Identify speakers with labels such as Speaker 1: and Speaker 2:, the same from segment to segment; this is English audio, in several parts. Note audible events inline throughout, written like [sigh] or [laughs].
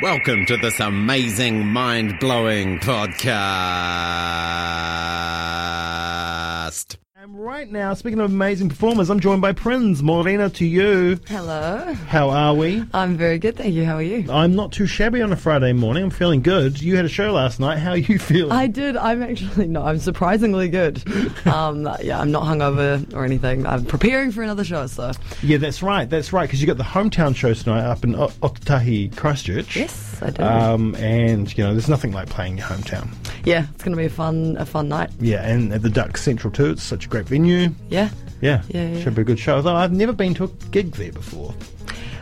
Speaker 1: Welcome to this amazing, mind blowing podcast.
Speaker 2: And right now, speaking of amazing performers, I'm joined by Prinz. Morena to you.
Speaker 3: Hello.
Speaker 2: How are we?
Speaker 3: I'm very good, thank you. How are you?
Speaker 2: I'm not too shabby on a Friday morning. I'm feeling good. You had a show last night. How are you feeling?
Speaker 3: I did. I'm actually no. I'm surprisingly [laughs] good. Um, yeah, I'm not hungover or anything. I'm preparing for another show, so
Speaker 2: yeah, that's right. That's right. Because you got the hometown show tonight up in o- Otahi, Christchurch.
Speaker 3: yes, I do.
Speaker 2: Um, and, you know, there's nothing like playing your hometown.
Speaker 3: yeah, it's gonna be a fun, a fun night.
Speaker 2: Yeah, and at the Duck Central, too. It's such a great venue.
Speaker 3: Yeah.
Speaker 2: Yeah.
Speaker 3: Yeah, yeah.
Speaker 2: Should be a good show. Though I've never been to a gig there before.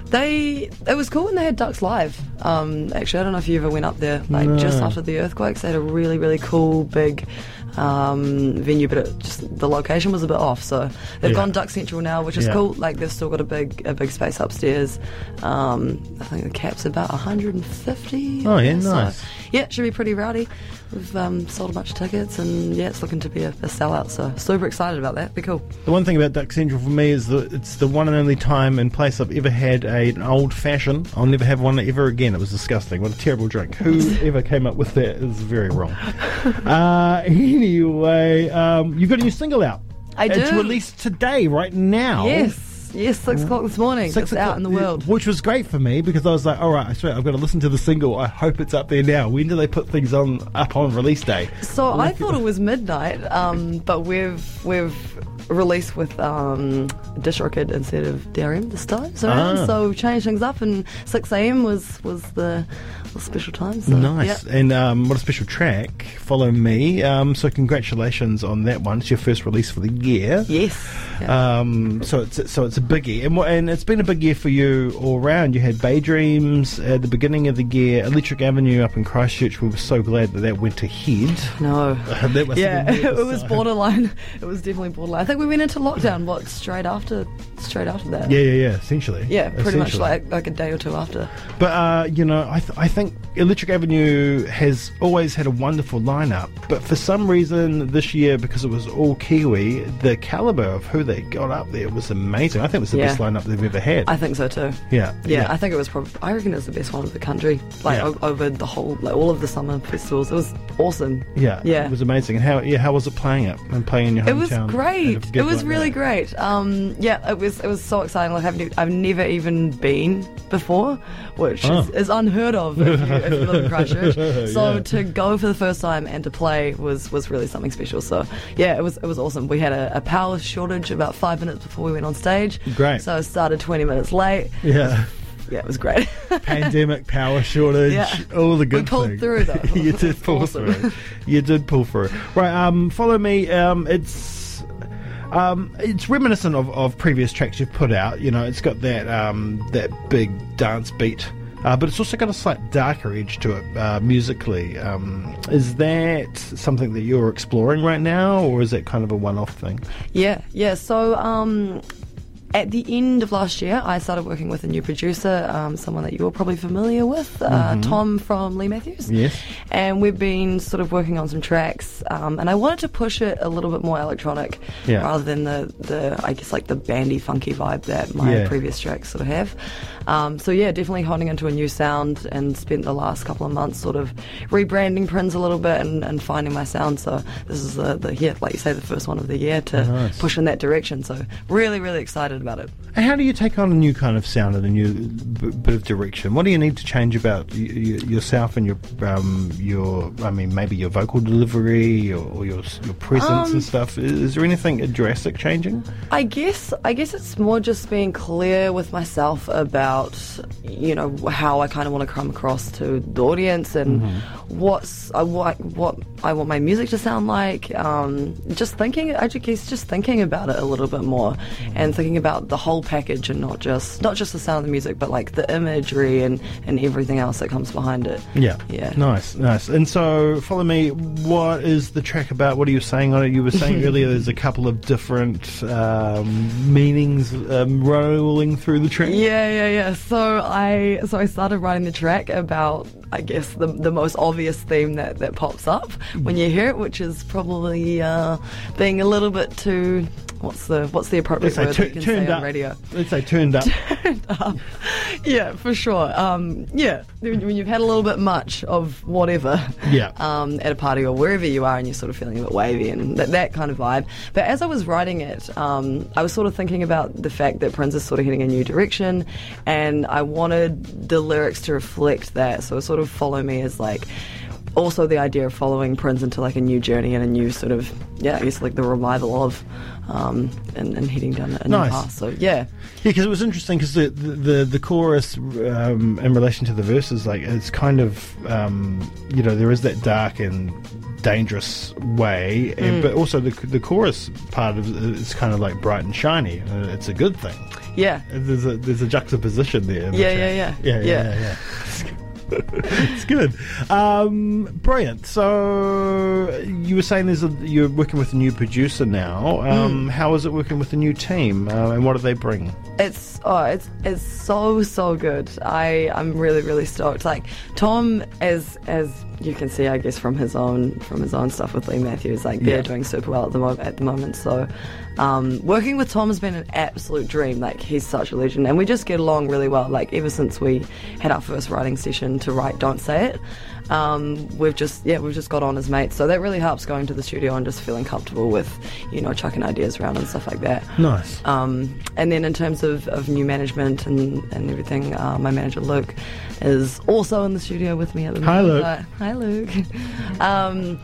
Speaker 3: They it was cool when they had Ducks live. Um, actually, I don't know if you ever went up there. Like just after the earthquakes, they had a really really cool big um, venue, but it just the location was a bit off. So they've
Speaker 2: Yeah.
Speaker 3: gone Duck Central now, which is
Speaker 2: Yeah.
Speaker 3: cool. Like they've still got a big a big space upstairs. Um, I think the cap's about 150.
Speaker 2: Oh, yeah,
Speaker 3: So,
Speaker 2: nice.
Speaker 3: yeah, it should be pretty rowdy. We've um, sold a bunch of tickets, and yeah, it's looking to be a, a sellout. So super excited about that. Be cool.
Speaker 2: The one thing about Duck Central for me is that it's the one and only time and place I've ever had a, an old fashioned. I'll never have one ever again. It was disgusting. What a terrible drink. Whoever came up with that is very wrong. uh, anyway, um, you've got a new single out.
Speaker 3: I
Speaker 2: It's
Speaker 3: do.
Speaker 2: released today, right now.
Speaker 3: Yes, yes, six o'clock this morning.
Speaker 2: Six
Speaker 3: it's out
Speaker 2: o'clock,
Speaker 3: in the world.
Speaker 2: Which was great for me because I was like, all right, I swear, I've got to listen to the single. I hope it's up there now. When do they put things on up on release day?
Speaker 3: So I thought it was midnight, um, but we've we've released with um, Dish Orchid instead of DRM this time. So,
Speaker 2: Ah.
Speaker 3: so we've changed things up, and 6 a.m. was was the, the special time. So,
Speaker 2: Nice.
Speaker 3: yeah.
Speaker 2: And um, what a special track, Follow Me. Um, so, congratulations on that one. It's your first release for the year.
Speaker 3: Yes. Yeah.
Speaker 2: Um, so it's so it's a biggie, and what- and it's been a big year for you all round. You had Bay Dreams at the beginning of the year, Electric Avenue up in Christchurch. We were so glad that that went ahead. [laughs]
Speaker 3: no.
Speaker 2: that must have
Speaker 3: Yeah,
Speaker 2: been the
Speaker 3: [laughs] it was
Speaker 2: episode.
Speaker 3: borderline. It was definitely borderline. I think we went into lockdown. What straight after? Straight after that.
Speaker 2: Yeah, yeah, yeah. Essentially,
Speaker 3: Yeah, pretty much
Speaker 2: Essentially.
Speaker 3: like like a day or two after.
Speaker 2: But uh, you know, I, th- I think Electric Avenue has always had a wonderful lineup. But for some reason, this year because it was all Kiwi, the caliber of who they got up there was amazing. I think it was the
Speaker 3: Yeah.
Speaker 2: best lineup they've ever had.
Speaker 3: I think so too.
Speaker 2: yeah,
Speaker 3: Yeah, I think it was probably. I reckon it was the best one of the country. Like
Speaker 2: Yeah.
Speaker 3: o- over the whole, like all of the summer festivals. It was awesome.
Speaker 2: yeah,
Speaker 3: yeah.
Speaker 2: It was amazing. And how yeah, how was it playing it and playing in your
Speaker 3: It was
Speaker 2: hometown? at a
Speaker 3: great.
Speaker 2: gig
Speaker 3: It was
Speaker 2: like
Speaker 3: really
Speaker 2: that?
Speaker 3: great. Um, yeah, it was. It was so exciting. Like I've, ne- have never even been before, which
Speaker 2: Oh.
Speaker 3: is, is unheard of if you, if you live in Christchurch.
Speaker 2: [laughs]
Speaker 3: So
Speaker 2: Yeah.
Speaker 3: to go for the first time and to play was was really something special. So yeah, it was it was awesome. We had a, a power shortage about five minutes before we went on stage.
Speaker 2: Great.
Speaker 3: So I started twenty minutes late. [laughs]
Speaker 2: Yeah.
Speaker 3: Yeah, it was great. [laughs]
Speaker 2: Pandemic, power shortage,
Speaker 3: Yeah.
Speaker 2: all the good
Speaker 3: We pulled
Speaker 2: things.
Speaker 3: through, though.
Speaker 2: [laughs] you
Speaker 3: [laughs]
Speaker 2: did pull
Speaker 3: Awesome.
Speaker 2: through. You did pull through. Right, um, follow me. Um, it's um, it's reminiscent of, of previous tracks you've put out. You know, it's got that um, that big dance beat, uh, but it's also got a slight darker edge to it uh, musically. Um, is that something that you're exploring right now, or is that kind of a one-off thing?
Speaker 3: Yeah, yeah. So um, at the end of last year, I started working with a new producer, um, someone that you're probably familiar with, uh, Tom from Lee Matthews.
Speaker 2: Mm-hmm. Yes.
Speaker 3: And we've been sort of working on some tracks, um, and I wanted to push it a little bit more electronic
Speaker 2: Yeah.
Speaker 3: rather than the, the, I guess, like the bandy, funky vibe that my
Speaker 2: Yeah.
Speaker 3: previous tracks sort of have. Um, so yeah, definitely honing into a new sound and spent the last couple of months sort of rebranding Prince a little bit and, and finding my sound. So this is the, the yeah, like you say, the first one of the year to
Speaker 2: Nice.
Speaker 3: push in that direction. So really, really excited about it.
Speaker 2: And How do you take on a new kind of sound and a new b- bit of direction? What do you need to change about y- y- yourself and your um, your I mean maybe your vocal delivery or, or your s- your presence and stuff? Is, is there anything drastic changing?
Speaker 3: I guess I guess it's more just being clear with myself about you know how I kind of want to come across to the audience and what's I what what I want my music to sound like. Um, just thinking, I ju- guess just thinking about it a little bit more and thinking about the whole package and not just not just the sound of the music, but like the imagery and and everything else that comes behind it.
Speaker 2: Yeah,
Speaker 3: yeah.
Speaker 2: nice, nice. And so, follow me. What is the track about? What are you saying on it? You were saying earlier there's a couple of different um, meanings um, rolling through the track.
Speaker 3: Yeah, yeah, yeah. So I so I started writing the track about I guess the the most obvious theme that,
Speaker 2: Mm-hmm.
Speaker 3: that pops up when you hear it, which is probably uh, being a little bit too What's the what's the appropriate word
Speaker 2: tu-
Speaker 3: we can say on
Speaker 2: up.
Speaker 3: radio?
Speaker 2: Let's say turned
Speaker 3: [laughs]
Speaker 2: up.
Speaker 3: Yeah, for sure. Um, yeah, when when you've had a little bit much of whatever,
Speaker 2: Yeah.
Speaker 3: um, at a party or wherever you are, and you're sort of feeling a bit wavy and that, that kind of vibe. But as I was writing it, um, I was sort of thinking about the fact that Prince is sort of heading a new direction, and I wanted the lyrics to reflect that. So sort of follow me as like. Also, the idea of following Prince into like a new journey and a new sort of, yeah, I guess like the revival of, um, and, and heading down a new
Speaker 2: Nice.
Speaker 3: path. So, yeah.
Speaker 2: Yeah, because it was interesting because the, the the the chorus um, in relation to the verses, like it's kind of um, you know there is that dark and dangerous way,
Speaker 3: Hmm.
Speaker 2: and, but also the the chorus part of it is kind of like bright and shiny. Uh, It's a good thing.
Speaker 3: Yeah.
Speaker 2: There's a there's a juxtaposition there. in the
Speaker 3: Yeah, yeah,
Speaker 2: track.
Speaker 3: yeah.
Speaker 2: yeah, yeah,
Speaker 3: Yeah.
Speaker 2: yeah. yeah. [laughs] it's good, um, brilliant. So you were saying there's a, you're working with a new producer
Speaker 3: Hmm.
Speaker 2: now. Um, How is it working with a new team, uh, and what do they bring?
Speaker 3: It's oh, it's it's so so good. I I'm really really stoked. Like Tom, as as you can see, I guess from his own from his own stuff with Lee Matthews, like they're
Speaker 2: Yeah.
Speaker 3: doing super well at the moment. At the moment, so um, working with Tom has been an absolute dream. Like he's such a legend, and we just get along really well. Like ever since we had our first writing session to write "Don't Say It," um, we've just yeah we've just got on as mates. So that really helps going to the studio and just feeling comfortable with you know chucking ideas around and stuff like that.
Speaker 2: Nice.
Speaker 3: Um, and then in terms of, of new management and, and everything, uh, my manager Luke is also in the studio with me at the
Speaker 2: Hi,
Speaker 3: moment.
Speaker 2: Luke.
Speaker 3: Hi, hi Luke. um,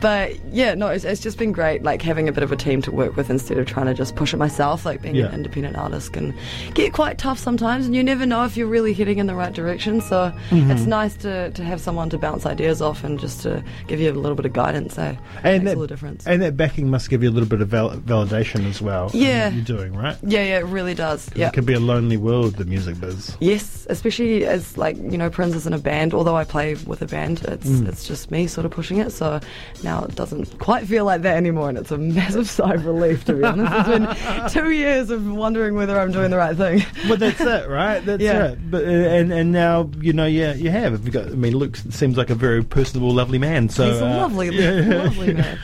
Speaker 3: but yeah, no, it's, it's just been great, like having a bit of a team to work with instead of trying to just push it myself. Like being
Speaker 2: Yeah.
Speaker 3: an independent artist can get quite tough sometimes, and you never know if you're really heading in the right direction. So
Speaker 2: Mm-hmm.
Speaker 3: it's nice to, to have someone to bounce ideas off and just to give you a little bit of guidance. Eh?
Speaker 2: and
Speaker 3: Makes
Speaker 2: that,
Speaker 3: all the difference.
Speaker 2: And that backing must give you a little bit of val- validation as well. in
Speaker 3: Yeah.
Speaker 2: what you're doing right.
Speaker 3: yeah, yeah, it really does.
Speaker 2: Yeah.
Speaker 3: Yeah.
Speaker 2: It could be a lonely world, the music biz.
Speaker 3: Yes, especially as like you know, Prince is in a band. Although I play with a band, it's
Speaker 2: Mm.
Speaker 3: it's just me sort of pushing it. So now it doesn't quite feel like that anymore, and it's a massive [laughs] sigh of relief to be honest.
Speaker 2: [laughs]
Speaker 3: It's been two years of wondering whether I'm doing the right thing.
Speaker 2: Well,
Speaker 3: [laughs]
Speaker 2: that's it, right? That's
Speaker 3: Yeah.
Speaker 2: it. But uh, and and now you know, yeah, you have. You've got, I mean, Luke seems like a very personable, lovely man. So
Speaker 3: He's a
Speaker 2: uh,
Speaker 3: lovely,
Speaker 2: yeah, yeah.
Speaker 3: lovely man.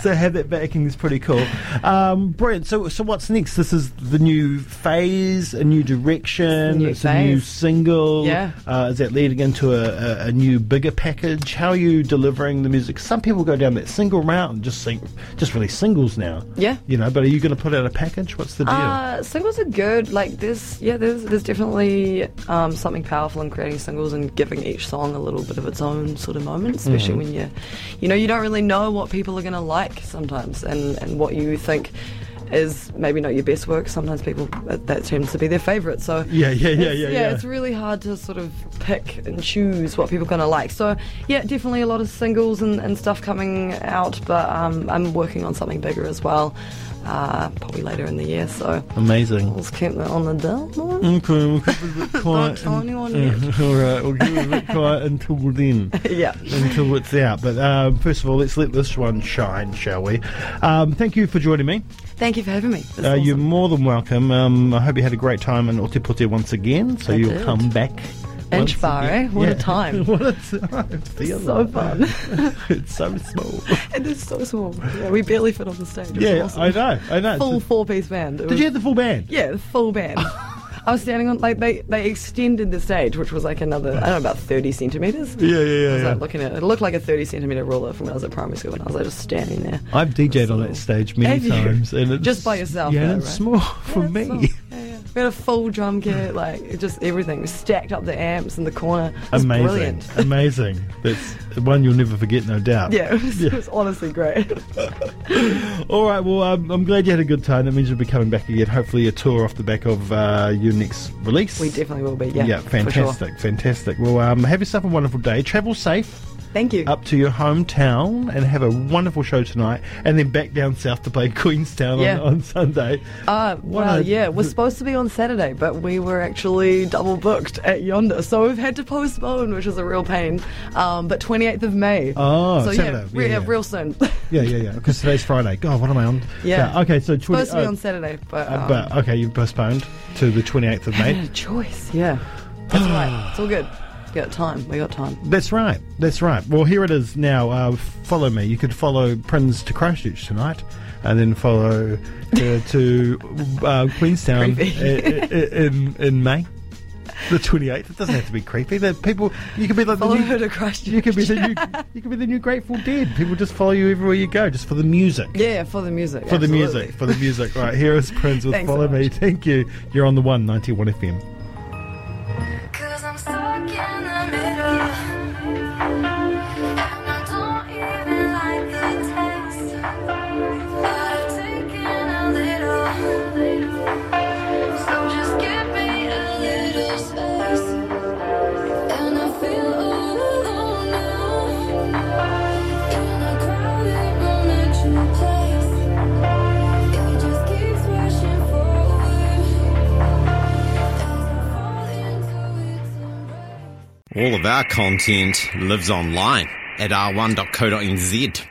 Speaker 2: so have that backing is pretty cool. Um, brilliant. So so what's next? This is the new phase, a new direction.
Speaker 3: New
Speaker 2: It's a new
Speaker 3: phase.
Speaker 2: single.
Speaker 3: Yeah.
Speaker 2: Uh, is that leading into a, a, a new bigger package? How are you delivering the music? Some people go down that single route and just sing, just release singles now.
Speaker 3: Yeah.
Speaker 2: You know, but are you going to put out a package? What's the deal?
Speaker 3: Uh, singles are good. Like this, yeah. There's there's definitely um, something powerful in creating singles and giving each song a little bit of its own sort of moment, especially when you, you know, you don't really know what people are gonna like sometimes, and and what you think is maybe not your best work. Sometimes people that, that tends to be their favorite. So
Speaker 2: yeah, yeah, yeah, yeah,
Speaker 3: it's-
Speaker 2: yeah.
Speaker 3: It's really hard to sort of pick and choose what people are gonna like. So yeah, definitely a lot of singles and, and stuff coming out, but um, I'm working on something bigger as well, uh, probably later in the year. So
Speaker 2: Amazing. [laughs]
Speaker 3: let's keep that on the down low.
Speaker 2: Okay, Mm, we'll keep it
Speaker 3: [laughs]
Speaker 2: a bit
Speaker 3: Don't
Speaker 2: quiet.
Speaker 3: tell
Speaker 2: and-
Speaker 3: anyone
Speaker 2: [laughs]
Speaker 3: yet.
Speaker 2: all right, we'll keep it a bit quiet until then.
Speaker 3: [laughs] yeah.
Speaker 2: until it's out. But um, first of all, let's let this one shine, shall we? Um, thank you for joining me.
Speaker 3: Thank you for having me. This is
Speaker 2: Uh, You're
Speaker 3: awesome.
Speaker 2: more than welcome. Um, I hope you had a great time in Otipote once again. So
Speaker 3: I
Speaker 2: you'll
Speaker 3: did.
Speaker 2: come back. once
Speaker 3: far,
Speaker 2: again.
Speaker 3: eh? What a time.
Speaker 2: [laughs] what a time. Feel
Speaker 3: so
Speaker 2: it.
Speaker 3: fun.
Speaker 2: [laughs]
Speaker 3: [laughs]
Speaker 2: it's so small.
Speaker 3: it is so small. Yeah, we barely fit on the stage. It's
Speaker 2: yeah,
Speaker 3: awesome.
Speaker 2: I know. I know.
Speaker 3: Full four piece band. It
Speaker 2: Did
Speaker 3: was-
Speaker 2: you have the full band?
Speaker 3: Yeah, the full
Speaker 2: [laughs]
Speaker 3: band. I was standing on like they, they extended the stage, which was like another I don't know about thirty centimeters.
Speaker 2: Yeah, yeah, yeah.
Speaker 3: I was like looking at it. It looked like a thirty centimeter ruler from when I was at primary school, and I was like just standing there.
Speaker 2: I've DJ'd on that stage many
Speaker 3: Have you?
Speaker 2: times, and it's,
Speaker 3: Just by yourself,
Speaker 2: Yeah,
Speaker 3: though,
Speaker 2: and it's
Speaker 3: right?
Speaker 2: small for
Speaker 3: Yeah,
Speaker 2: me.
Speaker 3: it's not- yeah, yeah. We had a full drum
Speaker 2: [laughs]
Speaker 3: kit, like it just everything. We stacked up the amps in the corner. It was
Speaker 2: Amazing,
Speaker 3: brilliant.
Speaker 2: amazing. That's one you'll never forget, no doubt.
Speaker 3: Yeah, [laughs] it was,
Speaker 2: Yeah.
Speaker 3: it was honestly great. [laughs]
Speaker 2: All right. Well, um, I'm glad you had a good time. That means you'll be coming back again. Hopefully, a tour off the back of uh, your next release.
Speaker 3: We definitely will be. Yeah,
Speaker 2: Yeah,
Speaker 3: for sure.
Speaker 2: fantastic, fantastic. Well, um, have yourself a wonderful day. Travel safe
Speaker 3: Thank you.
Speaker 2: up to your hometown and have a wonderful show tonight, and then back down south to play [laughs] Queenstown
Speaker 3: Yeah.
Speaker 2: on, on Sunday.
Speaker 3: Uh,
Speaker 2: What
Speaker 3: well,
Speaker 2: a-
Speaker 3: yeah, we're supposed to be on Saturday, but we were actually double booked at Yonder, so we've had to postpone, which is a real pain. Um, but 28th of May.
Speaker 2: Oh,
Speaker 3: so
Speaker 2: Saturday,
Speaker 3: yeah, re-
Speaker 2: yeah,
Speaker 3: yeah,
Speaker 2: yeah.
Speaker 3: real soon. [laughs]
Speaker 2: yeah, yeah, yeah. Because today's Friday. God, what am I on?
Speaker 3: Yeah.
Speaker 2: okay, so 20,
Speaker 3: supposed to be
Speaker 2: oh,
Speaker 3: on Saturday, but,
Speaker 2: uh,
Speaker 3: um,
Speaker 2: but okay, you postponed to the 28th of May.
Speaker 3: had a choice. Yeah, that's all right. It's all good. We got time. We got time.
Speaker 2: That's right. That's right. Well, here it is now. Uh, follow me. You could follow Prince to Christchurch tonight. and then follow
Speaker 3: [laughs]
Speaker 2: her to uh, Queenstown
Speaker 3: Creepy.
Speaker 2: i- i- in in May. The twenty eighth. It doesn't have to be creepy. That people, you could be like
Speaker 3: Follow
Speaker 2: the new,
Speaker 3: her to Christchurch.
Speaker 2: You could be the new, you could be the new Grateful Dead. People just follow you everywhere you go, just for the music.
Speaker 3: Yeah, for the music.
Speaker 2: For the
Speaker 3: absolutely.
Speaker 2: music, for the music. Right, here is Prince with
Speaker 3: Thanks so
Speaker 2: Follow Me.
Speaker 3: much.
Speaker 2: Thank you. You're on the 191 FM.
Speaker 4: Cause I'm stuck in the middle. And I don't even like the taste. But I've taken a little. So just give me a little space. And I feel alone now. In a crowded room at your place. It just keeps rushing forward. As I fall into its embrace.
Speaker 1: All of our content lives online at r1.co.nz.